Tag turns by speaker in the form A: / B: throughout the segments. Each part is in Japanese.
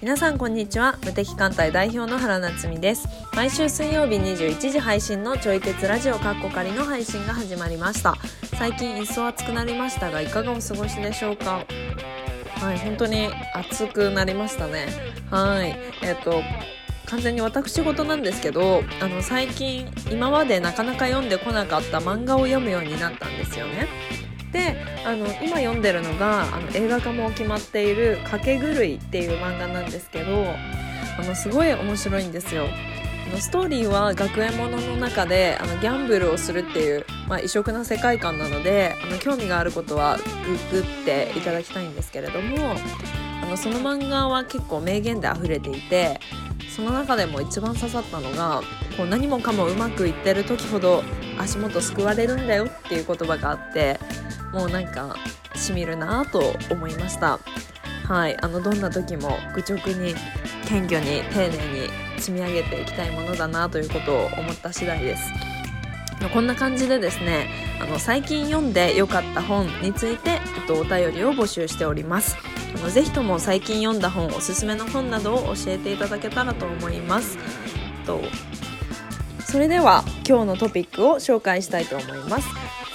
A: 皆さんこんにちは無敵艦隊代表の原夏実です毎週水曜日21時配信のちょい鉄ラジオカッコ仮の配信が始まりました最近一層暑くなりましたがいかがお過ごしでしょうかはい本当に暑くなりましたねはいえっと完全に私事なんですけどあの最近今までなかなか読んでこなかった漫画を読むようになったんですよね。であの今読んでるのがあの映画化も決まっている「かけ狂い」っていう漫画なんですけどあのすごい面白いんですよ。あのストーリーは学園ものの中であのギャンブルをするっていう、まあ、異色な世界観なのであの興味があることはググっていただきたいんですけれどもあのその漫画は結構名言で溢れていてその中でも一番刺さったのがこう何もかもうまくいってる時ほど足元救われるんだよっていう言葉があってもうなんかしみるなぁと思いましたはいあのどんな時も愚直に謙虚に丁寧に積み上げていきたいものだなということを思った次第ですこんな感じでですねあの最近読んで良かった本について、えっと、お便りを募集しておりますあのぜひとも最近読んだ本おすすめの本などを教えていただけたらと思いますえっとそれでは今日のトピックを紹介したいと思います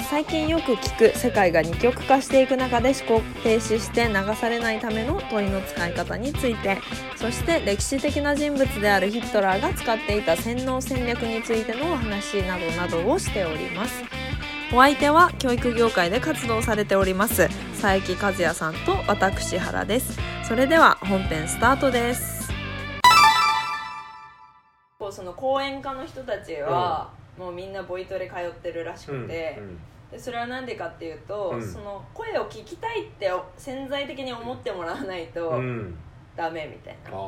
A: 最近よく聞く世界が二極化していく中で思考停止して流されないための問いの使い方についてそして歴史的な人物であるヒットラーが使っていた洗脳戦略についてのお話などなどをしておりますお相手は教育業界で活動されております佐伯和也さんと私原ですそれでは本編スタートですその講演家の人たちは、もうみんなボイトレ通ってるらしくて、でそれは何でかっていうと、
B: うん
A: その声を聞きたいって潜在的に思ってもらわない
B: うんう
A: と
B: ん
A: ダメみたい
B: あ
A: な、
B: あ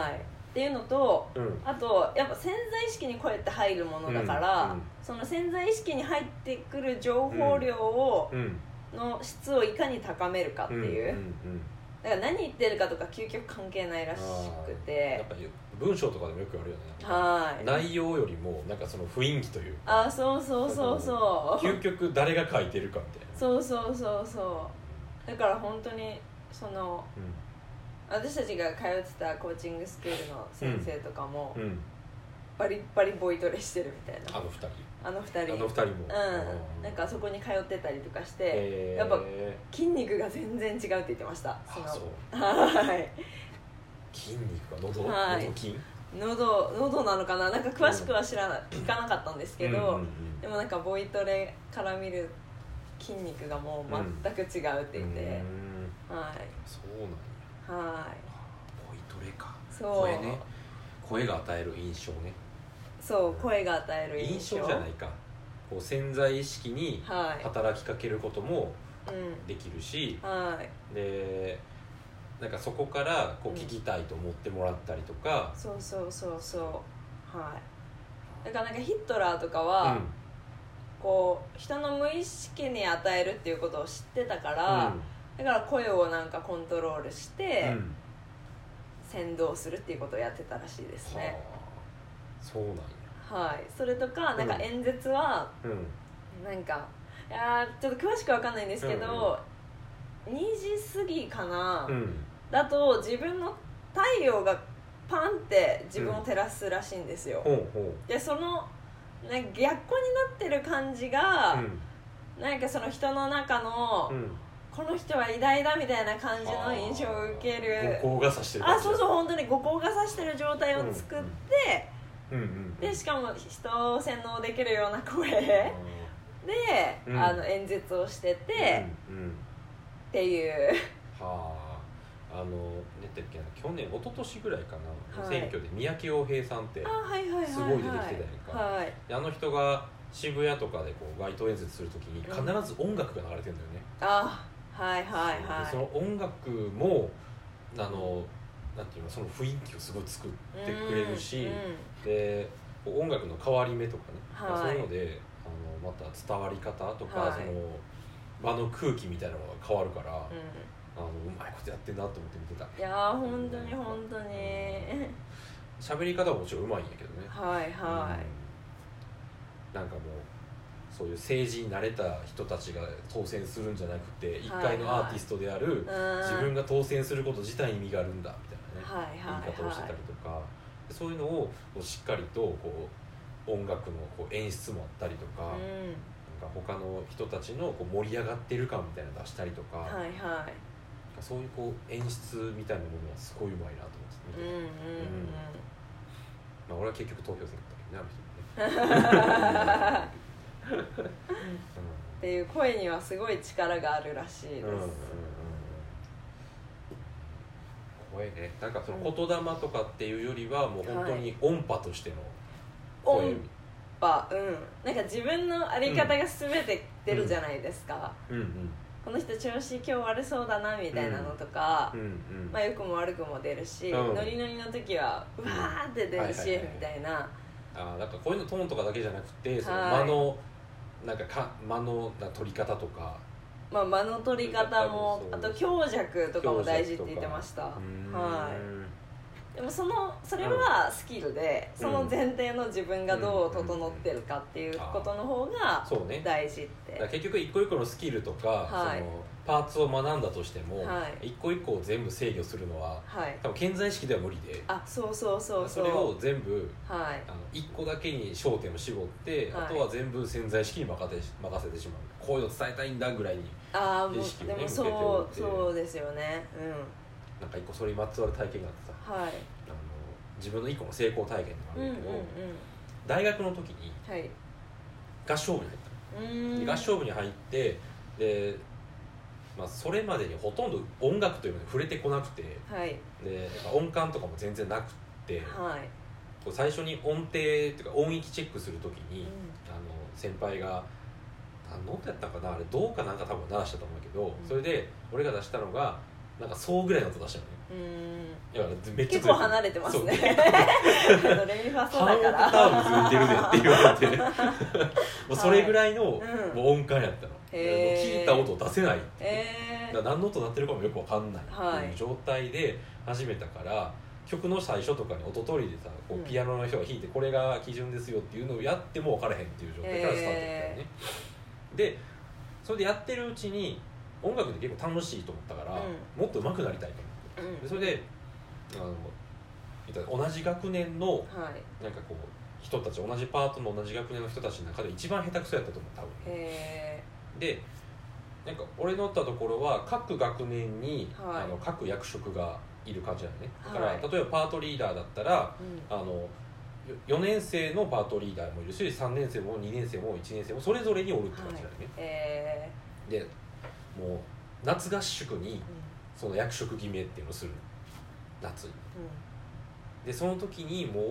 A: はいっていうのと
B: うん
A: あとやっぱ潜在意識に声って入るものだから、
B: うんうん
A: その潜在意識に入ってくる情報量を、
B: うん
A: の質をいかに高めるかっていう、
B: んうん
A: だから何言ってるかとか究極関係ないらしく
B: や
A: て
B: っぱり文章とかでもよくやるよね
A: はい
B: 内容よりもなんかその雰囲気というか
A: あそうそうそうそう
B: 究極誰が書いてるかみたいな
A: そうそうそうそうだから本当にその私たちが通ってたコーチングスクールの先生とかも
B: うんうん
A: バリッバリボイトレしてるみたい
B: あ
A: な
B: の二人
A: あの二
B: あ
A: 人
B: の二人も
A: うんなんかそこに通ってたりとかして
B: へー
A: やっぱ筋肉が全然違うって言ってましたその
B: あそう
A: はい
B: 筋肉が喉
A: はい
B: 喉筋
A: 喉喉なのかななんか詳しくは知らな聞かなかったんですけど、
B: うんうんうん
A: でもなんかボイトレから見る筋肉がもう全く違うって言って、
B: うん
A: は
B: そうなんや
A: いはい
B: ボイトレか
A: そう
B: 声ね声が与える印象ね
A: そう声が与える印
B: 印
A: 象
B: 象じゃないかこう潜在意識に
A: は
B: 働きかけることも
A: い、うん
B: できるし
A: はい
B: でなんかそこからこう
A: うん
B: 聞きたいと思ってもらったりとか、
A: そうそうそうそうはいだからなんかヒットラーとかは、
B: う
A: こう人の無意識に与えるっていうことを知ってたから、
B: ん
A: だから声をなんかコントロールして
B: うん
A: 先導するっていうことをやってたらしいですね、
B: はあそうなんや
A: はいそれとかなんか
B: うん
A: 演説は
B: うん
A: なんか、いやーちょっと詳しくわかんないんですけど、2時過ぎかな、
B: うん
A: だと自分の太陽がパンって自分を照らすらしいんですよ、
B: ほうほう
A: でそのなんか逆光になってる感じが、なんかその人の中の、
B: うんうん
A: この人は偉大だみたいな感じの印象を受ける
B: 五光がさしてる
A: あそうそう
B: う
A: 本当に五光が差してる状態を作って、
B: うんうん
A: でしかも人を洗脳できるような声で、
B: うん
A: あの演説をしてて、っ
B: うんうん
A: ていう
B: はああの何てっけな去年一昨年ぐらいかな、
A: はい
B: 選挙で三宅洋平さんって
A: あはいはいはいはい
B: すごい出てきてたやんか
A: はい
B: であの人が渋谷とかでこう街頭演説するときに必ず音楽が流れてるんだよね、
A: あはいはいはい
B: でその音楽もあのなんていうのその雰囲気をすごい作ってくれるし、
A: うん
B: でこう音楽の変わり目とかね、
A: はい
B: そういうのであのまた伝わり方とか、
A: はい
B: その場の空気みたいなのが変わるから、
A: うん
B: あのうまいことやってんなと思って見てた
A: いやー本当に本当に
B: 喋り方はもちろんうまいんやけどね
A: はいはい、
B: うんなんかもうそういう政治に慣れた人たちが当選するんじゃなくて一
A: はいはい
B: 回のアーティストである
A: うん
B: 自分が当選すること自体に意味があるんだみたいなね、ね、
A: はいはい
B: 言い方をして
A: は
B: たりとかそういうのをこうしっかりとこう音楽のこう演出もあったりとか,、
A: いうん
B: なんか他の人たちのこう盛り上がってる感みたいなの出したりとか,、
A: はいはい
B: そういうこう演出みたいなものはすごいうまいなと思って
A: うん
B: 見
A: うんう
B: てて、
A: ん
B: まあ、俺は結局投票せんかったけどねあの 人もね。うん
A: っていう声にはすごい力があるらしいです、
B: うんうんうんうん怖いねなんかその言霊とかっていうよりはもう本当に音波としての声、
A: 音波うんなんか自分のあり方が全て出るじゃないですか、
B: うんうん
A: この人調子今日悪そうだなみたいなのとか、
B: うんうん
A: まあ良くも悪くも出るし、
B: うん
A: ノリノリの時はうわーって出るし、
B: はいはいはい
A: みたいな
B: あーなんか声のトーンとかだけじゃなくてその
A: はい
B: 間のなんかか間のな取り方とか
A: まあ、間の取り方も
B: そう
A: あと強弱とかも大事って言ってましたは
B: はい
A: でもそのそれはスキルで、
B: うん
A: その前提の自分がどう整ってるかっていうことの方が
B: そうねだか
A: 大事って、
B: ら結局一個一個のスキルとか、
A: はい
B: そのパーツを学んだとしても、
A: はい
B: 一個一個を全部制御するのは
A: はい
B: 多分顕在意識では無理で
A: あそうそうそう
B: そうれを全部
A: はい
B: あの1個だけに焦点を絞って、
A: はい
B: あとは全部潜在意識に任せ任せてしまうこういうの伝えたいんだぐらいに
A: ああも
B: 意識
A: う
B: を
A: で
B: ね
A: も
B: 向けておい
A: そう
B: て
A: そうですよねう
B: なんか1個それにまつわる体験があってさ
A: んはい
B: あの自分の1個の成功体験とかあ
A: うんう
B: る
A: ん
B: ん
A: う
B: だ
A: ん
B: けど、大学の時に
A: はいう
B: 合唱部に入っ
A: ー
B: た、
A: ん
B: で合唱部に入ってで、まあ、それまでにほとんど音楽というのに触れてこなくて
A: はい
B: でやっぱ音感とかも全然なくって
A: はい
B: こう最初に音程っていうか音域チェックする時
A: う
B: に、
A: ん
B: あの先輩が何の音やったんかなあれどうかなんか多分鳴らしたと思うけど、それで俺が出したのがなんかそうぐらいの音出したのね
A: うーん
B: いやめっちゃ
A: 結構離れてますね ドレミファ
B: そ
A: ソ
B: う
A: だか
B: 半オク
A: ら
B: ターブずれてるでって言われて もうそれぐらいの、
A: うん
B: もう音感やったの、
A: へー
B: もう聞いた音出せないって、
A: え
B: だから何の音鳴ってるかもよくわかんないっていう状態で始めたから、曲の最初とかに音取りでさこ
A: うん
B: うピアノの人が弾いてこれが基準ですよっていうのをやっても分からへんっていう状態からスタ
A: へ
B: ートだったよね、でそれでやってるうちに音楽って結構楽しいと思ったから、
A: う
B: もっと上手くなりたいと
A: ー
B: 思って
A: う
B: それであの言ったら同じ学年の
A: んはい
B: なんかこう人たち同じパートの同じ学年の人たちの中で一番下手くそやったと思う多分、
A: え
B: でなんか俺のおったところは各学年に、
A: はい
B: あの各役職がいる感じなのねだから、
A: はい
B: 例えばパートリーダーだったら
A: ーうん
B: あの4年生のパートリーダーもいるし3年生も2年生も1年生もそれぞれにおるって感じなのね、
A: え
B: でもう夏合宿に
A: ー
B: その役職決めっていうのをするの夏に
A: うんうん
B: でその時にもう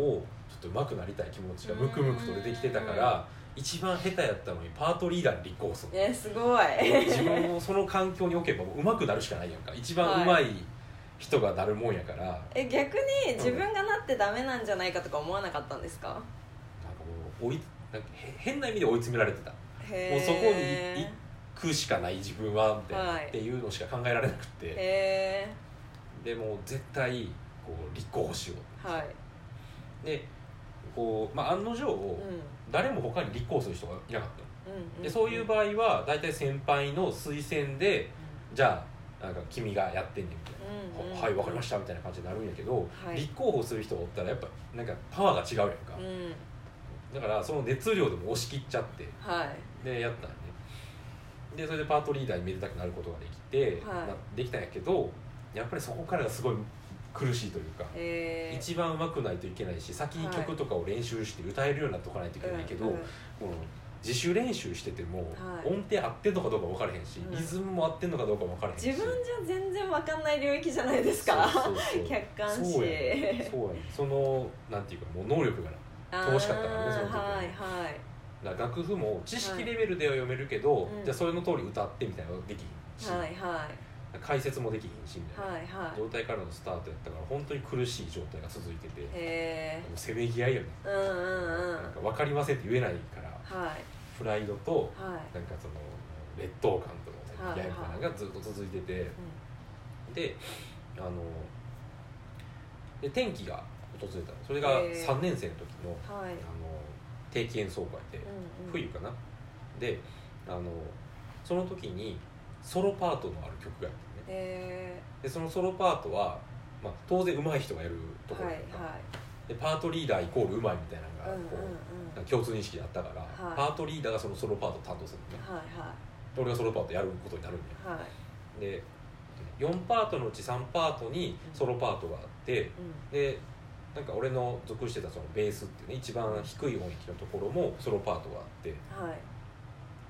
B: ちょっと上手くなりたい気持ちがムクムクと出てきてたから一番下手やったのにパートリーダーに立候補するの
A: えーすごい
B: 自分をその環境に置けばもう上手くなるしかないやんか一番上手い人がなるもんやから、なんか
A: え逆に自分がなってダメなんじゃないかとか思わなかったんですか
B: もう追いなんかへ変な意味で追い詰められてた
A: へ
B: もうそこに
A: へ
B: 食うしかない自分はって,、
A: はい
B: っていうのしか考えられなくて
A: え
B: でもう絶対こう立候補しよ
A: はいう
B: でこう、まあ、案の定、
A: うん
B: 誰も他に立候補する人がいなかったの
A: うん
B: でそういう場合は大体先輩の推薦で
A: う
B: じゃあなんか君がやってんねんみたいな。
A: んうんうん
B: はいわかりましたみたいな感じになるんやけど、
A: はい
B: 立候補する人がおったらやっぱなんかパワーが違うやんか、
A: うん
B: だからその熱量でも押し切っちゃって
A: はい
B: でやったんやねでそれでパートリーダーにめでたくなることができて、
A: はい
B: なできたんやけどやっぱりそこからがすごい苦しいというか、
A: えー
B: 一番うまくないといけないし先に曲とかを練習して歌えるようになっとかないといけないけど、
A: うんうん
B: この自主練習してても、
A: はい
B: 音程合ってんのかどうか分からへんし、
A: うん
B: リズムも合ってんのかどうかも分からへんし
A: 自分じゃ全然わかんない領域じゃないですか
B: そうそうそう
A: 客観視
B: そうやねそうやねそのなんていうかもう能力がない乏しかったからねその時
A: あ
B: は
A: ーはいはい
B: だから楽譜も知識レベルでは読めるけど、
A: はいうん
B: じゃあそれの通り歌ってみたいなのができひんし、
A: はいはい
B: 解説もできひんしみたいな、
A: はいはい
B: 状態からのスタートやったから本当に苦しい状態が続いてて、も
A: え
B: うせめぎ合いよね、
A: ーうんうんうん
B: なんか分かりませんって言えないから
A: はい
B: プライドと
A: はい
B: なんかその劣等感とのせめぎ合いみたいなのがずっと続いてて、であので天気が訪れたのそれが
A: へー
B: 3年生の時の,、
A: うんはい
B: あの定期演奏会で、
A: うんうん
B: 冬かなであのその時にソロパートのある曲があってね
A: え
B: でそのソロパートはまあ、当然上手い人がやるとこ
A: は
B: ろ
A: い
B: だ
A: はい
B: から、でパートリーダーイコール上手いみたい
A: う
B: な
A: んうんう
B: のが
A: ん
B: こう、なんか共通認識であったから、
A: はい
B: パートリーダーがそのソロパートを担当するのね
A: はい
B: で俺がソロパートやることになるんだよ
A: はいはい
B: で4パートのうち3パートにソロパートがあって
A: うん
B: でなんか俺の属してたそのベースっていうね一番低い音域のところもソロパートがあって
A: は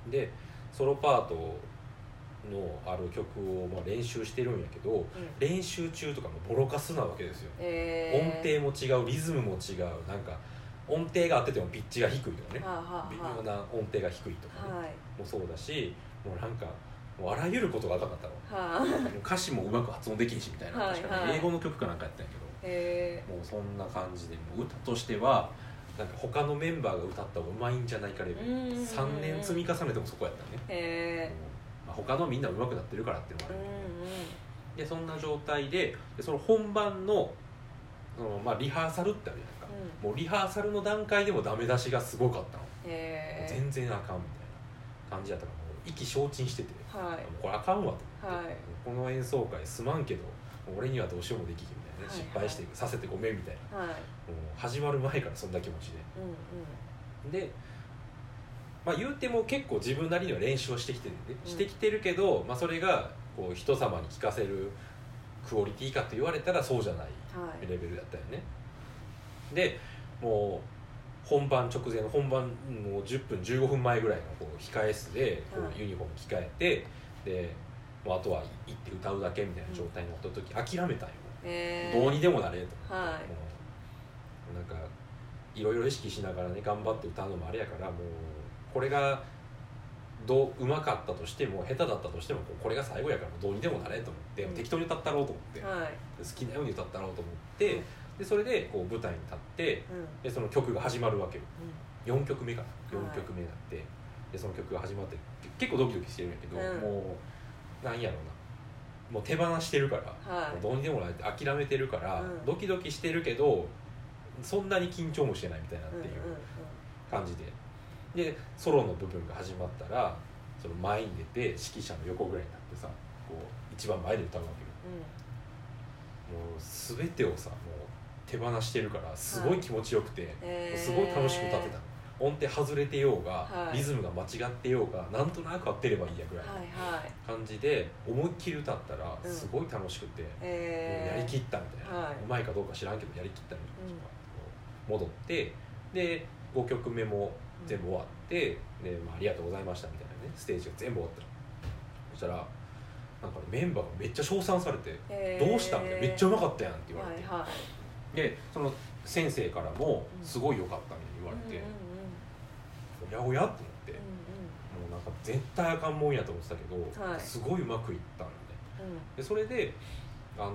A: い
B: でソロパートのある曲をまあ練習してるんやけど
A: うん
B: 練習中とかもボロカスなわけですよ音
A: えー
B: 程も違うリズムも違うなんか音程が合っててもピッチが低いとかね
A: はあは
B: 微
A: あ
B: 妙
A: は
B: な音程が低いと
A: あ
B: かね
A: はい
B: もそうだしもうなんかもうあらゆることが分かんなかったの
A: はあ
B: もう歌詞もうまく発音できんしみたいな、
A: はい
B: 確か
A: は
B: に
A: い
B: 英語の曲かなんかやったんやけ
A: え
B: どもうそんな感じでもう歌としてはなんか他のメンバーが歌った方がうまいんじゃないかレベル
A: うんうんうん
B: 3年積み重ねてもそこやったね、
A: ーえ
B: もうまあ、他のみんなうまくなってるからってい
A: ー
B: うの
A: う
B: があ
A: ん
B: る
A: うん
B: だけど、
A: ん
B: でそんな状態ででその本番のその、まあ、リハーサルってあるじゃないか、
A: うん
B: もうリハーサルの段階でもダメ出しがすごかったの、
A: え
B: 全然あかんみたいな感じだったからもう意気消沈してて、
A: ーはい
B: もうこれあかんわと思って、
A: はい
B: この演奏会すまんけどもう俺にはどうしようもできひんみたいな
A: は
B: ね、
A: いはい
B: 失敗してさせてごめんみたいな
A: はい
B: もう始まる前からそんな気持ち
A: うんうん
B: でで、まあ、言うても結構自分なりには練習をしてきてるね、
A: うん
B: してきてるけど、まあ、それがこう人様に聞かせるクオリティかと言われたらそうじゃない
A: はい
B: レベルだったよねでもう本番直前の本番もう10分15分前ぐらいのこう控え室でこ
A: はいう
B: ユニフォーム着替えてでもうあとは行って歌うだけみたいな状態になった時諦めたんよ、
A: えー
B: どうにでもなれと思って、
A: はい
B: もうなんかいろいろ意識しながらね頑張って歌うのもあれやからもうこれがどううまかったとしても下手だったとしてもこうこれが最後やからもうどうにでもなれと思って、
A: うん
B: 適当に歌ったろうと思って、
A: はい
B: 好きなように歌ったろうと思ってでそれでこう舞台に立って
A: うん
B: でその曲が始まるわけよ
A: う
B: 4曲目かな
A: は
B: 4
A: い
B: 曲目になって、でその曲が始まってけ結構ドキドキしてるんやけど、
A: うん
B: もうなんやろうなもう手放してるから。
A: んは
B: もう
A: い
B: どうにでもないって諦めてるから、
A: うん
B: ドキドキしてるけどそんなに緊張もしてないみたいなっていう
A: うんうんうん
B: 感じで、でソロの部分が始まったらその前に出て指揮者の横ぐらいになってさこう一番前で歌うわけよもう全てをさもう手放してるからすごい気持ちよくて、
A: えー
B: すごい楽しく歌ってたの音程外れてようが、
A: はい
B: リズムが間違ってようがなんとなく合ってればいいやぐらいの
A: はいはい
B: 感じで思いっきり歌ったら
A: うん
B: すごい楽しくて、もう
A: えー
B: やりきったみたいな、
A: はいう
B: まいかどうか知らんけどやりきったみたいな、戻ってで5曲目も全部終わって、でまあ、ありがとうございましたみたいなねステージが全部終わったのそしたらなんかねメンバーがめっちゃ称賛されて「
A: えー
B: どうした?」みたいな「めっちゃうまかったやん」って言わ
A: は
B: れて、
A: いは
B: でその先生からも
A: う
B: 「
A: ん
B: すごい良かったね」言わ
A: い
B: れて
A: うんうん
B: 「おやおや?」って思って、
A: う
B: もうなんか絶対あかんもんやと思ってたけど、
A: はい
B: すごいうまくいったんで
A: んうんうん
B: でそれであの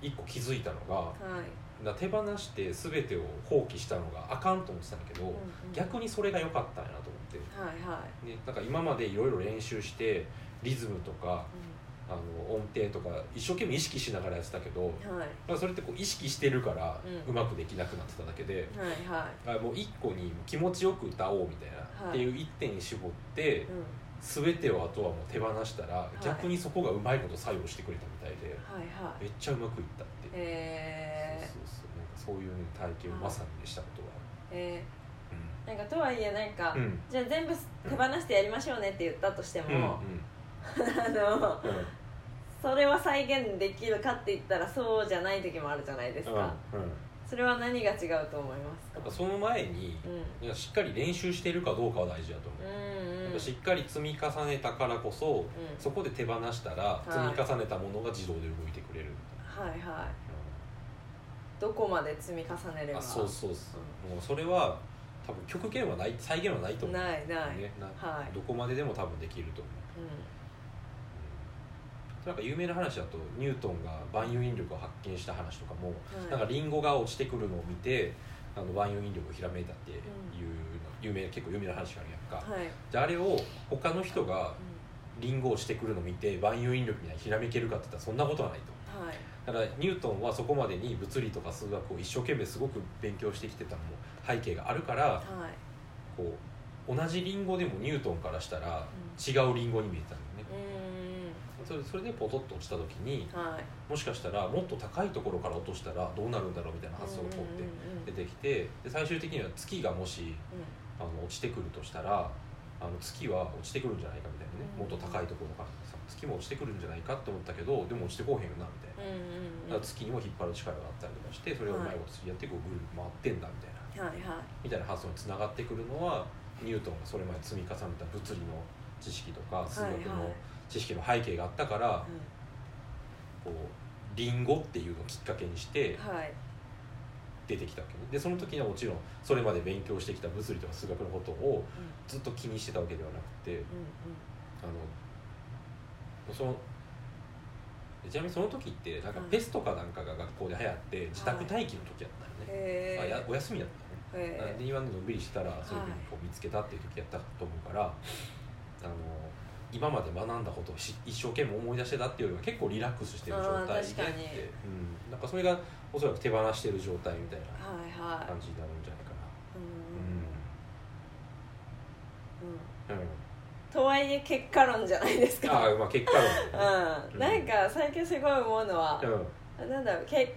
B: 一個気づいたのが
A: うんはい
B: な手放して全てを放棄したのがあかんと思ってたんだけ
A: う
B: ど、
A: んうん
B: 逆にそれが良かったんやなと思って
A: はいは
B: でなんか今までいろいろ練習してリズムとか
A: い
B: あの音程とか一生懸命意識しながらやってたけど
A: うんはい
B: なんかそれってこう意識してるから
A: うん
B: うまくできなくなってただけで、
A: はいは
B: あもう一個に気持ちよく歌おうみたいな、
A: はい
B: っていう一点に絞って
A: い、うん
B: 全てをあとはもう手放したら、
A: い
B: 逆にそこがうまいこと作用してくれたみたいで
A: はいはい
B: めっちゃうまくいったっていう、
A: えー
B: そうそうそうなんかそういう、ね、体験をまさにしたことが
A: え
B: ある、
A: ーなんかとはいえなんか、
B: うんうん
A: じゃあ全部手放してやりましょうねって言ったとして
B: うんうん
A: も、あの
B: うん
A: それは再現できるかって言ったらそうじゃない時もあるじゃないですか、
B: うんうん
A: それは何が違うと思いますか
B: やっぱその前に
A: うん
B: いやしっかり練習してるかどうかは大事だと思う、
A: うんう
B: や
A: ん
B: っぱしっかり積み重ねたからこそ
A: うん
B: そこで手放したら積み重ねたものが自動で動いてくれるみたい
A: はいはい
B: な、
A: どこまで積み重ねれば
B: あそうそうそうもうそれは多分極限はない再現はないと思う
A: ないない、
B: ねな
A: はい
B: どこまででも多分できると思う、
A: う
B: うんなんか有名な話だとニュートンが万有引力を発見した話とかも、
A: ん
B: なん
A: は
B: か
A: い、
B: リンゴが落ちてくるのを見てあの万有引力をひらめいたっていう、有名結構有名な話があるやんか、
A: はい
B: じゃああれを他の人が
A: う
B: リンゴを落ちてくるのを見て万有引力にはひらめけるかって言ったらそんなことはないと
A: んはい
B: だからニュートンはそこまでに物理とか数学を一生懸命すごく勉強してきてたのも背景があるから
A: はい
B: こう同じリンゴでもニュートンからしたら違うリンゴに見えたんだよね
A: うんうんうん
B: それそれでポトッと落ちた時に
A: はい
B: もしかしたらもっと高いところから落としたらどうなるんだろうみたいな発想がこうって出てきてで最終的には月がもしあの落ちてくるとしたらあの月は落ちてくるんじゃないかみたい
A: う
B: なね、
A: ん
B: もっと高いところからさ月も落ちてくるんじゃないかって思ったけどでも落ちてこうへんよなみたいな、
A: うんうんうんうんうんうんうん
B: だから月にも引っ張る力があったりとかしてそれをうまいことやってこうぐるぐる回ってんだみたいな、
A: はいはい
B: みたいな発想につながってくるのはニュートンがそれまで積み重ねた物理の知識とか数
A: はい
B: 学
A: はい
B: の知識の背景があったから、こうリンゴっていうのをきっかけにして
A: うんはい
B: 出てきたわけねでその時にはもちろんそれまで勉強してきた物理とか数学のことを
A: うん
B: ずっと気にしてたわけではなくて
A: う
B: あのそのちなみにその時ってなんかペストかなんかが学校で流行って自宅待機の時やった
A: んうん
B: よね、
A: へ
B: あや
A: え
B: お休みやったよね
A: へ
B: で今ののんびりしてたらそういうふうにこう見つけたっていう時やったと思うから、あの今まで学んだことをし一生懸命思い出してたっていうよりは結構リラックスしてる状態でって
A: あー確かに
B: うん、なんかそれがおそらく手放してる状態みたい
A: え
B: な
A: はいは、
B: 感じになるんじゃないか
A: うう
B: ないうんん、
A: ん、
B: うん
A: とはいえ結果論じゃないですか
B: ああまあ結果論だよね
A: うん、なんか最近すごい思うのは、
B: うん
A: なんだろうけ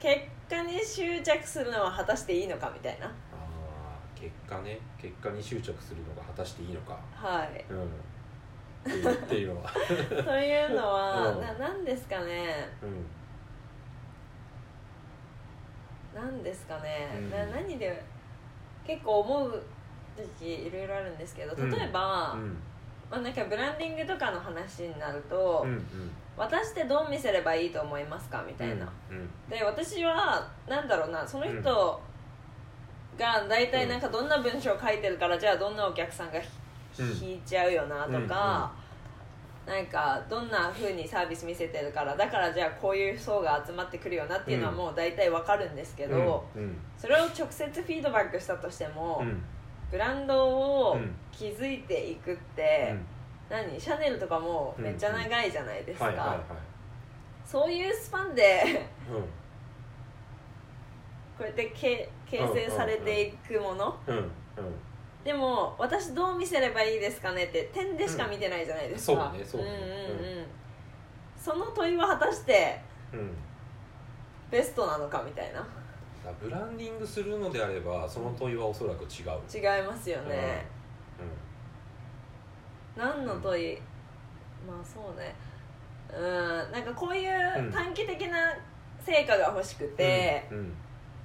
A: 結果に執着するのは果たしていいのかみたいな
B: あー結果ね結果に執着するのが果たしていいのか
A: はい
B: うんっていうっていうのは
A: というのは、
B: うん
A: ななんですかね
B: うん
A: なんですかね、
B: うん
A: な何で結構思う時期いろいろあるんですけど例えば、
B: うん
A: まあ、なんかブランディングとかの話になると、
B: うんうん
A: 私ってどう見せればいいと思いますかみたいな、
B: うん
A: で私はなんだろうなその人が大体なんかどんな文章を書いてるからじゃあどんなお客さんがひ
B: うん
A: 引いちゃうよなとか、なんかどんな風にサービス見せてるからだからじゃあこういう層が集まってくるよなっていうのは
B: うん
A: もう大体わかるんですけど、
B: うんうん
A: それを直接フィードバックしたとしても、
B: うん
A: ブランドを
B: うん
A: 築いていくっ
B: う
A: て、
B: ん
A: 何シャネルとかもめっちゃ長いじゃないですか、
B: はいはいはい
A: そういうスパンで
B: う
A: こうやってけ形成されていくもの、
B: んうん
A: でも私どう見せればいいですかねって点でしか見てないじゃないですか、
B: うんそうねそうね
A: んうんうんその問いは果たして
B: うんうん
A: ベストなのかみたいな
B: だブランディングするのであればその問いはおそらく違う
A: 違いますよね、何の問い、まあそうねうんなんかこういううん短期的な成果が欲しくて、
B: うんうん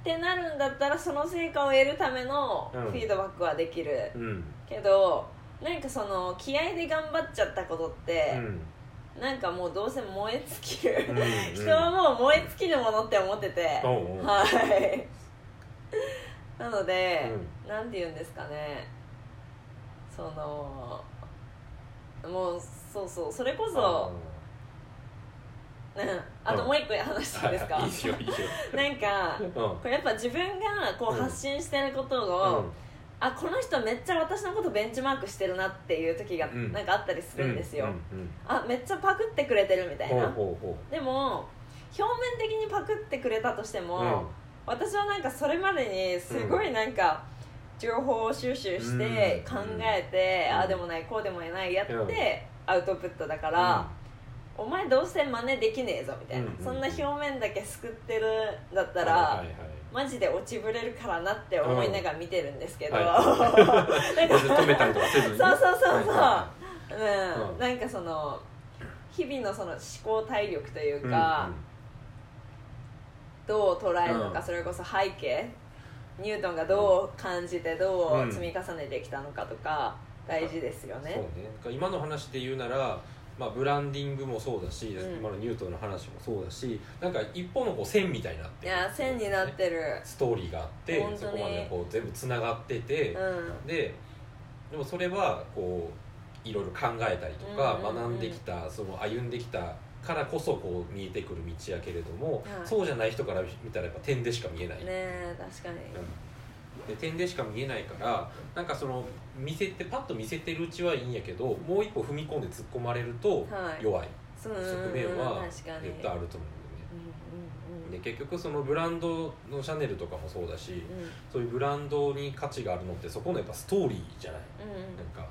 A: ってなるんだったらその成果を得るためのフ
B: うん
A: ィードバックはできる、
B: うん
A: けどなんかその気合で頑張っちゃったことって、
B: うん
A: なんかもうどうせ燃え尽きる、
B: うんうん
A: 人はもう燃え尽きるものって思ってて、
B: おうおう
A: はいなので、なんて言うんですかねそのもうそうそうそれこそうんあともう一個話していいですか、
B: はいいいよいいよ
A: なんか
B: うん
A: これやっぱ自分がこう発信してることを、あこの人めっちゃ私のことベンチマークしてるなっていう時が
B: うん
A: なんかあったりするんですよ、
B: うんうん
A: あめっちゃパクってくれてるみたいな、
B: ほうほうほ
A: でも表面的にパクってくれたとして
B: う
A: も、私はなんかそれまでにすごいなんか情報を収集して
B: う
A: 考
B: ん
A: えて、
B: うん
A: ああでもないこうでもないやっ
B: うん
A: てアウトプットだから、お前どうせ真似できねえぞみたいな、
B: うんうん
A: そんな表面だけすくってるんだったら、
B: はいはい
A: マジで落ちぶれるからなって思いながら見てるんですけど、
B: うん
A: なん
B: はい
A: か
B: 止めたりとかせずにね
A: そうそうそうそう
B: は
A: うん
B: うん
A: なんかその日々のその思考体力とい
B: いうはい
A: か、
B: うんうん
A: どう捉えるのか、
B: うん
A: それこそ背景ニュートンがどう感じてど
B: う
A: うん積み重ねてきたのかとか大事ですよ
B: そう
A: ね。
B: ねだから今の話で言うなら、まあ、ブランディングもそうだし、
A: うん
B: 今のニュートンの話もそうだしなんか一本のこう線みたいになって
A: い
B: る
A: や線になってる。
B: ストーリーがあって
A: 本当に
B: そこまでこう全部つながってて、
A: うん
B: ででもそれはこういろいろ考えたりとか、
A: うんうんうん
B: 学んできたその歩んできたからこそこう見えてくる道やけれども、
A: はい
B: そうじゃない人から見たらやっぱ点でしか見えない
A: ねえ確かに。
B: で点でしか見えないからなんかその見せてパッと見せてるうちはいいんやけどもう一歩踏み込んで突っ込まれると
A: はい
B: 弱い
A: そううん
B: 側面は
A: 確かに。
B: 絶対あると
A: うん
B: 思う
A: うんん
B: だよね。で結局そのブランドのシャネルとかもそうだしそういうブランドに価値があるのってそこのやっぱストーリーじゃない
A: うんうんうん
B: なんか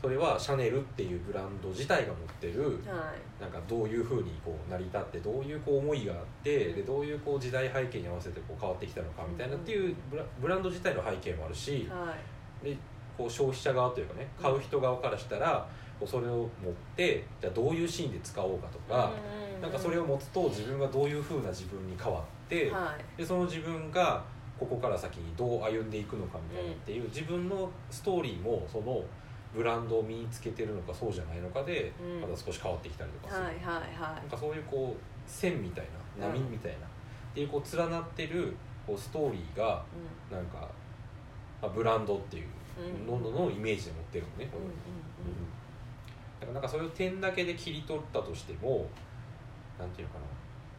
B: それはシャネルっていうブランド自体が持ってる
A: は
B: なんかどういうふうにこう成り立ってどういうこう思いがあってでどういうこう時代背景に合わせてこう変わってきたのかみたいなっていうブラブランド自体の背景もある
A: い
B: し
A: は
B: でこう消費者側というかね買う人側からしたらこうそれを持ってじゃあどういうシーンで使おうかと
A: い
B: か
A: うう
B: なんかそれを持つと自分がどういうふうな自分に変わって
A: はい
B: でその自分がここから先にどう歩んでいくのかみたいなっていう自分のストーリーもそのブランドを身につけてるのかそうじゃないのかで
A: うん
B: また少し変わってきたりとかす
A: はい
B: る。
A: はいは
B: なんかそういうこう線みたいな波みたいな、っていうこう連なってるこうストーリーが
A: い
B: なんか、まあ、ブランドっていう
A: うん
B: のののイメージで持ってるのね、
A: うんうん
B: うんだからなんかそれを点だけで切り取ったとしてもなんていうのか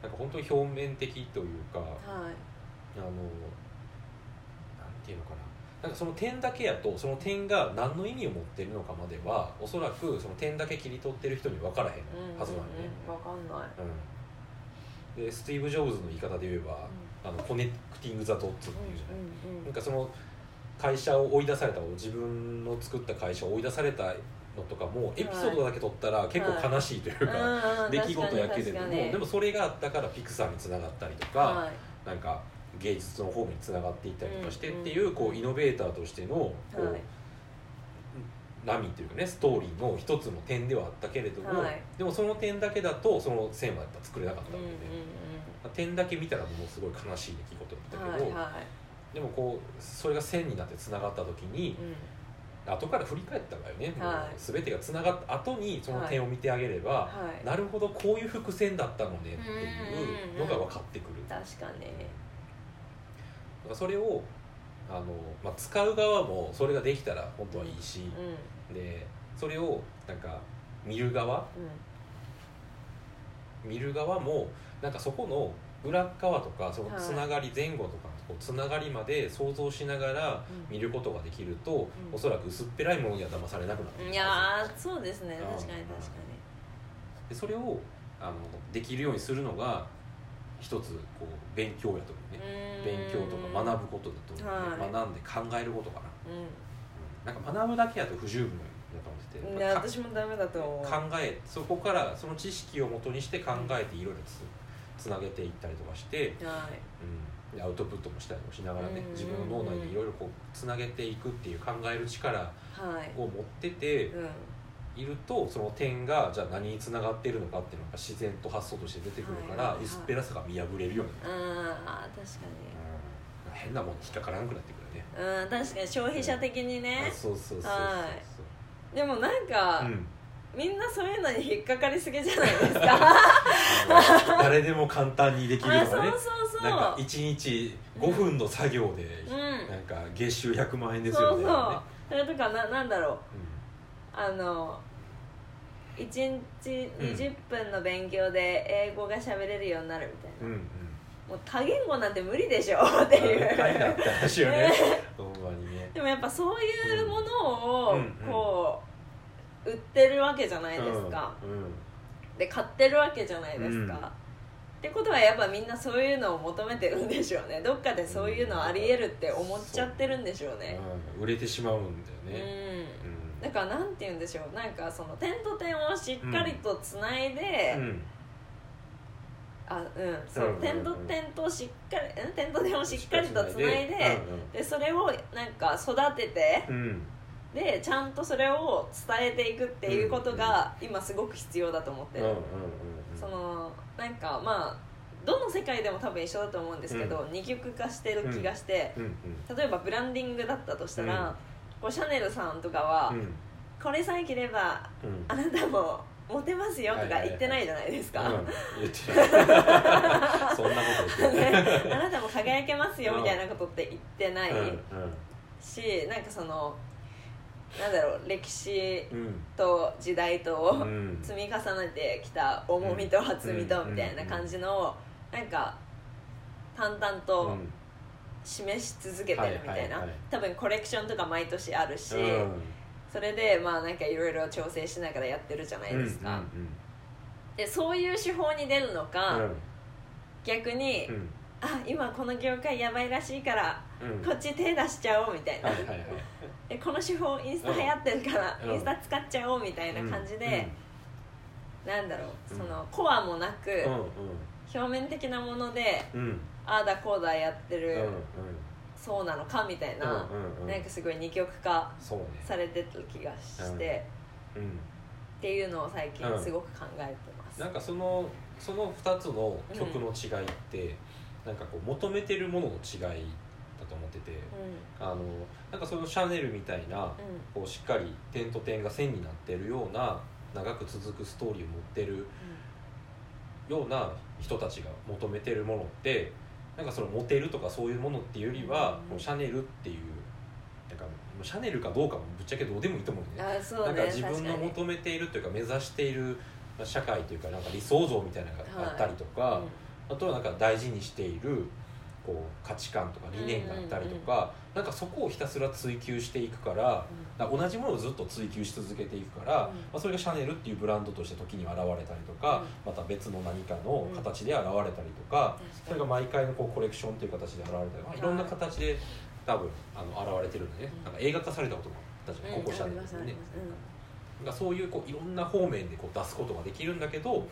B: ななんか本当に表面的というか
A: うんはい
B: あのなんていうのかななんかその点だけやとその点が何の意味を持ってるのかまではおそらくその点だけ切り取ってる人に分からへ
A: うん
B: んはずなのね、
A: うんわかんない
B: うん、でスティーブ・ジョブズの言い方で言えば、あのコネクティング・ザ・ドッツっていうじゃない、
A: うんうんうん
B: なんかその会社を追い出された自分の作った会社を追い出されたのとかもエピソードだけ取ったら結構悲しいというか、
A: うんうん
B: 出来事
A: 確
B: やけれども、
A: かに確かに
B: でもそれがあったからピクサーにつながったりとか、
A: はい
B: なんか芸術の方面につながっていったりとかして
A: う
B: っ
A: んうん
B: ていうこうイノベーターとしてのこう、
A: はい
B: 波というかねストーリーの一つの点ではあったけれども、
A: はい
B: でもその点だけだとその線はやっぱ作れなかった
A: うんん
B: だ
A: うん
B: よね、点だけ見たらものすごい悲しい出来事だったけ
A: う
B: ど、
A: んはいはい
B: でもこうそれが線になってつながった時に
A: うん
B: 後から振り返ったからよね、
A: はい
B: もう全てがつながった後にその点を見てあげれば、
A: はい
B: なるほどこういう伏線だったのねっていうのが分かってくる。
A: 確かに
B: だからそれをあの、まあ、使う側もそれができたら本当はいいし、
A: うん
B: でそれをなんか見る側見る側もなんかそこの裏っ側とかその
A: はい
B: つながり前後とかこうつながりまで想像しながら
A: うん
B: 見ることができると、
A: うん
B: おそらく薄っぺらいものには騙されなくなっ
A: う
B: てく
A: ん
B: る
A: いやーそうですね
B: う
A: 確か
B: ん
A: に確かに
B: でそれをあのできるようにするのが一つこう勉強やと思うね、勉強とか学ぶことだと思うね、
A: はい
B: 学んで考えることかな
A: ぶ、うん
B: なんか学ぶだけやと不十分だと思
A: い
B: っててや
A: や
B: っぱか
A: 私もダメだと思う
B: 考えそこからその知識をもとにして考えていろいろつつなげていったりとかして、
A: は
B: うん、でアウトプットもしたりもしながらね
A: うん
B: 自分の脳内でいろいろこうつなげていくっていう考える力
A: いはい
B: を持ってて
A: うん
B: いるとその点がじゃあ何につながってるのかっていうのが自然と発想として出てくる
A: は
B: から、
A: いはいはい
B: 薄っぺらさが見破れるようになる、
A: あー確
B: うん変なものに引っかからなくなってくるよね
A: かにうん確かに消費者的にね
B: あそうそうそうそう
A: は
B: そ
A: でもなんか、
B: う、うん
A: みんなそういうのに引っかかりすぎじゃないですか
B: あの誰でも簡単にできる
A: あ
B: の
A: そう
B: がね
A: そうそう
B: なんか1日5分の作業で、
A: うん
B: なんか月収100万円です
A: そ
B: よ
A: う
B: ね
A: そうそれとかななんだろうあの1日20分の勉強で英語が喋れるようになるみたいな、
B: うんうんうん
A: もう多言語なんて無理でし ょっていう
B: あ大変だった話よねほんまにね
A: でもやっぱそういうものを
B: うんうん
A: こう売ってるわけじゃないですか、
B: うんうん
A: で買ってるわけじゃないですか、
B: うん
A: ってことはやっぱみんなそういうのを求めてるんでしょうねどっかでそういうのありえるって思っちゃってるんでしょうね
B: うん売れてしまうんだ
A: う
B: よね、うんん
A: だからなんて言うんでしょうなんかその点と点をしっかりとつないで、
B: うん
A: あうんそううん点と点としっかりん点と点をしっかりとつないででそれをなんか育てて
B: うんうん
A: でちゃんとそれを伝えていくっていうことが今すごく必要だと思って
B: うんうん
A: る、
B: うんうん
A: そのなんかまあどの世界でも多分一緒だと思うんですけど、二極化してる気がして、
B: うんうん
A: 例えばブランディングだったとしたら、
B: うん
A: こうシャネルさんとかは、
B: うん
A: これさえ着れば
B: うん
A: あなたもモテますよとか言ってないじゃないですか、
B: うん言ってないそんなこと言ってない
A: ね あなたも輝けますよみたいなことって言ってないし、なんかそのなんだろう歴史
B: うんうん
A: と時代と
B: うん
A: 積み重ねてきた重みと厚みと
B: うん
A: みたいな感じのなんか淡々と
B: うん
A: 示し続けてるみたい
B: は
A: ない
B: はいはい
A: 多分コレクションとか毎年あるし、
B: うん
A: それでまあなんかいろいろ調整しながらやってるじゃないですか、でそういう手法に出るのか、
B: うんうん
A: 逆に、
B: うん
A: あ今この業界やばいらしいから
B: うん
A: こっち手出しちゃおうみたいな
B: はいはいはい
A: えこの手法インスタ流行ってるから
B: うん
A: インスタ使っちゃおうみたいな感じで、なんだろう
B: うん
A: そのコアもなく、
B: うんうん
A: 表面的なもので
B: うんうん
A: ああだこうだやって
B: うん
A: る、そうなのかみたいな、
B: うんうん
A: なんかすごい二極化
B: そうね
A: されてた気がして、
B: うん
A: っていうのを最近
B: うん
A: すごく考えてます、
B: なんかそのその2つの曲の違いって、なんかこう求めてるものの違いだと思ってて、
A: う
B: あのなんかそのシャネルみたい
A: ん
B: な、
A: うん
B: こうしっかり点と点が線になってるような長く続くストーリーを持ってるような人たちが求めてるものってなんかそのモテるとかそういうものっていうよりは、
A: うん
B: もうシャネルっていうなんかもうシャネルかどうかもぶっちゃけどうでもいいと思うね。
A: あそうね
B: なんか自分
A: 確か
B: の
A: に、うん
B: 求めているというか目指しているまあ社会というかなんか理想像みたいなのがあったりとか、あとはなんか大事にしているこう価値観とか理念があったりとか、なんかそこをひたすら追求していくからだから同じものをずっと追求し続けていくから、
A: うん
B: まあ、それがシャネルっていうブランドとして時に現れたりとか、また別の何かの形で現れたりとか、それが毎回のこうコレクションという形で現れたり、まあ、いろんな形で多分あの現れてるんでね、
A: うん
B: なんか映画化されたこともあったじゃん、
A: うん
B: 高校シャネル
A: ありますあ
B: ね
A: りますうん、
B: なんかそういうこういろんな方面でこう出すことができるんだけど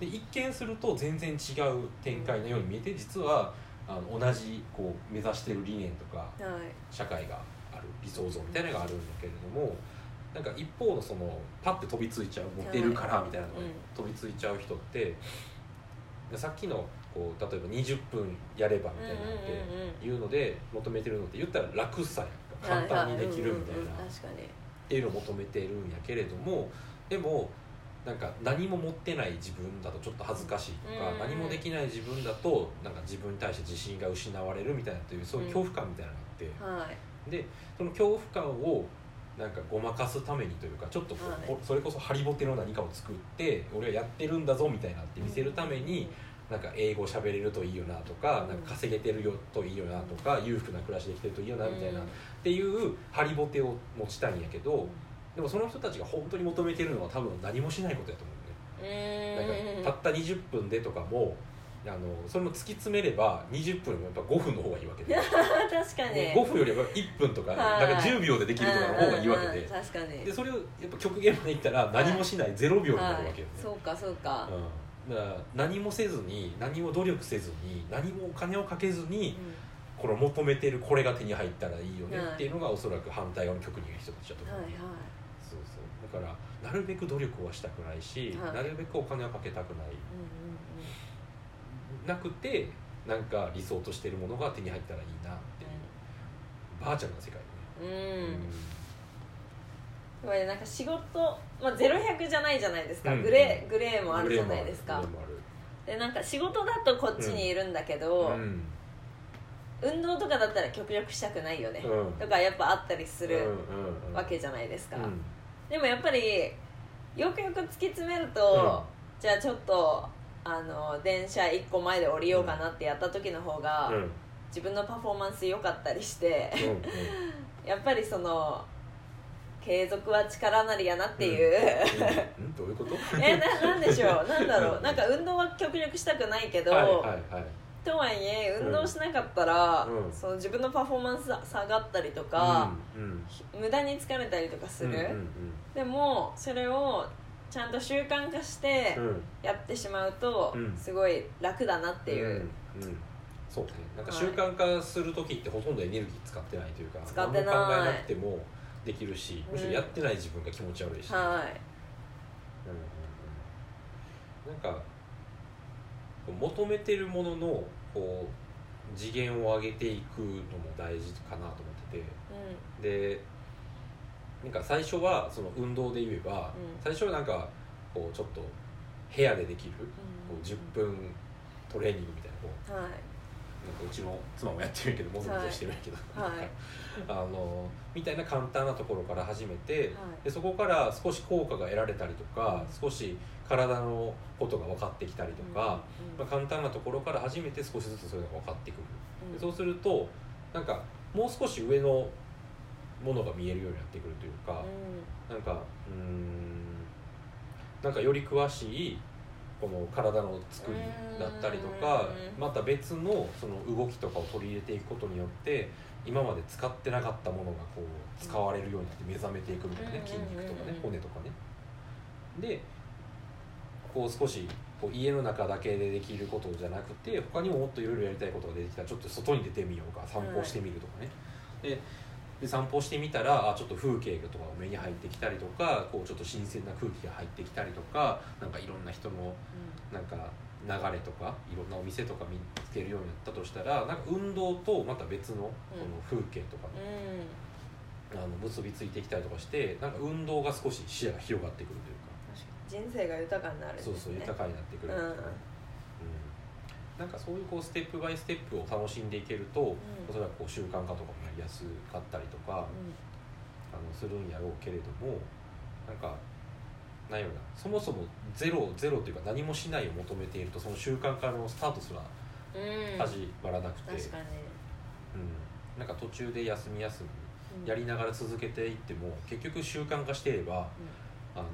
B: で一見すると全然違う展開のように見えて実はあの同じこう目指してる理念とか
A: はい
B: 社会がある理想像みたいなのがあるんだけれどもなんか一方のそのパッて飛びついちゃうモテるからみたいなのが
A: うん
B: 飛びついちゃう人ってさっきのこう例えば20分やればみたいなのって
A: うんうんうんうん
B: いうので求めてるのって言ったら楽さやんか簡単にできるみたい
A: うんうん
B: な
A: うん。確かに
B: っていうのを求めてるんやけれどもでもなんか何も持ってない自分だとちょっと恥ずかしいとか、
A: うん
B: 何もできない自分だとなんか自分に対して自信が失われるみたいなというそういう恐怖感みたいなのがあって、
A: はい
B: でその恐怖感をなんかごまかすためにというかちょっとこう
A: はい
B: こそれこそハリボテの何かを作って俺はやってるんだぞみたいなって見せるために、なんか英語喋れるといいよなとか
A: うん
B: なんか稼げてるよといいよなとか裕福な暮らしできてるといいよ
A: うん
B: なみたいな、っていうハリボテを持ちたいんやけど、でもその人たちが本当に求めてるのは多分何もしないことやと思うね、なんかたった20分でとかもあのそれも突き詰めれば20分よりもやっぱ5分の方がいいわけで、
A: うん 確かに、
B: ね、5分よりは1分とか
A: はい
B: なんか10秒でできるとかの方がいいわけ
A: うんうんうん
B: で
A: 確かに
B: でそれをやっぱ極限までいったら何もしない0秒になるわけよ
A: はい
B: ね、
A: そうかそうか、
B: うん、だから何もせずに何も努力せずに何もお金をかけずに
A: う
B: これ求めてるこれが手に入ったらいいよね
A: はい
B: っていうのがおそらく反対側の局にいる人たちだと
A: ん
B: 思う
A: は
B: ん
A: い
B: だ
A: は
B: よ
A: い
B: ねそうそうだからなるべく努力はしたくないし、
A: はい
B: なるべくお金はかけたくない
A: うんうんうん
B: なくてなんか理想としてるものが手に入ったらいいなっていう、バーチャルな世界ね、
A: うん、
B: う
A: これなんか仕事、まあ、0100じゃないじゃないですか、
B: うん
A: グレーグレーもあるじゃないです
B: グ
A: か
B: レーもある
A: でなんか仕事だとこっちにいるんだけ
B: グレ
A: ど、
B: ーもあるうん
A: 運動とかだったら極力したくないよね、
B: うん
A: とかやっぱあったりす
B: うん
A: る
B: うんうん
A: わけじゃないですか、
B: うん
A: でもやっぱりよくよく突き詰める
B: うん
A: と、じゃあちょっとあの電車1個前で降りようかなってやった時の方が、
B: うんうん
A: 自分のパフォーマンス良かったり して
B: うん
A: やっぱりその継続は力なりやなっていう、
B: うんうんどういうこと
A: えななんでしょうなんだろ
B: う
A: うんなんか運動は極力したくないけど、
B: はいはいはい
A: とはいえ運動しなかったら、
B: うん
A: その自分のパフォーマンス下がったりとか、
B: うんうん
A: 無駄に疲れたりとかする、
B: うん
A: でもそれをちゃんと習慣化して
B: うんうんっ
A: やってしまうと、
B: うん
A: すごい楽だなっていう、、
B: うんうんそうねなんか
A: はい
B: 習慣化する時ってほとんどエネルギー使ってないというか
A: 使ってない
B: 何も考えなくてもできるし
A: うん
B: むしろやってない自分が気持ち悪いし、
A: はい
B: うんうんうんなんかこう求めてるもののこう次元を上げていくのも大事かなと思ってて。
A: う
B: でなんか最初はその運動で言えば、
A: うん
B: 最初はなんかこうちょっと部屋でできる、こ
A: ん
B: う10分トレーニングみたいなこう
A: はい
B: なんかうちの妻もやってるけどもぞもぞしてるんやけど、
A: はい
B: あのみたいな簡単なところから始めて、
A: はい
B: でそこから少し効果が得られたりとか、
A: う
B: 少し体のことが分かってきたりとか、
A: うん
B: まあ、簡単なところから始めて少しずつそういうのが分かってくる
A: うん
B: でそうするとなんかもう少し上のものが見えるようになってくるというか、なんかうーんなんかより詳しいこの体の作りだったりとか
A: うん
B: また別のその動きとかを取り入れていくことによって今まで使ってなかったものがこう使われるようになって目覚めていくみたいなね
A: うん
B: 筋肉とかね
A: うん
B: 骨とかねでこう少しこう家の中だけでできることじゃなくて他にももっといろいろやりたいことが出てきたらちょっと外に出てみようか散歩してみるとかね、でで散歩してみたらあちょっと風景とかが目に入ってきたりとかこうちょっと新鮮な空気が入ってきたりとかなんかいろんな人のなんか流れとかいろんなお店とか見つけるようになったとしたらなんか運動とまた別のこの風景とか
A: うん
B: あの結びついてきたりとかしてなんか運動が少し視野が広がってくるというか
A: 確かに人生が豊かになるんです
B: そう
A: ね
B: そう豊かになってくる
A: うん
B: うんなんかそういうこうステップバイステップを楽しんでいけると、
A: ん
B: 例えばこう習慣化とかもやりやすかったりとか、あのするんやろうけれどもなんかなんやろなそもそもゼロゼロというか何もしないを求めているとその習慣化のスタートすら
A: うん、うん、確
B: 始まらなくて、
A: かに、
B: うん、なんか途中で休み休
A: うん
B: みやりながら続けていっても結局習慣化していれば、あの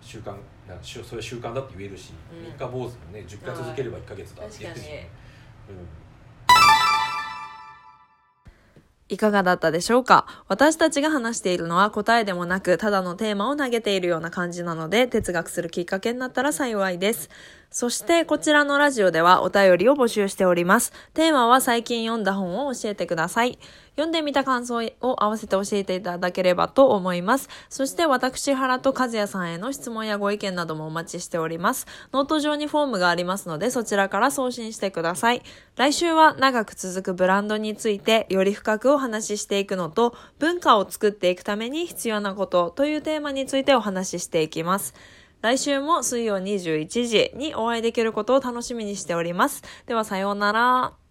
B: 習慣なしゅそれ習慣だって言えるし、
A: うん
B: 3日坊主もね10回続ければ1ヶ月だって言えるし、
A: はい確
B: うん、
A: いかがだったでしょうか私たちが話しているのは答えでもなく、ただのテーマを投げているような感じなので、哲学するきっかけになったら幸いです。そして、こちらのラジオではお便りを募集しております。テーマは最近読んだ本を教えてください。読んでみた感想を合わせて教えていただければと思います。そして、私原と和也さんへの質問やご意見などもお待ちしております。ノート上にフォームがありますので、そちらから送信してください。来週は長く続くブランドについてより深くお話ししていくのと文化を作っていくために必要なことというテーマについてお話ししていきます。来週も水曜21時にお会いできることを楽しみにしております。ではさようなら。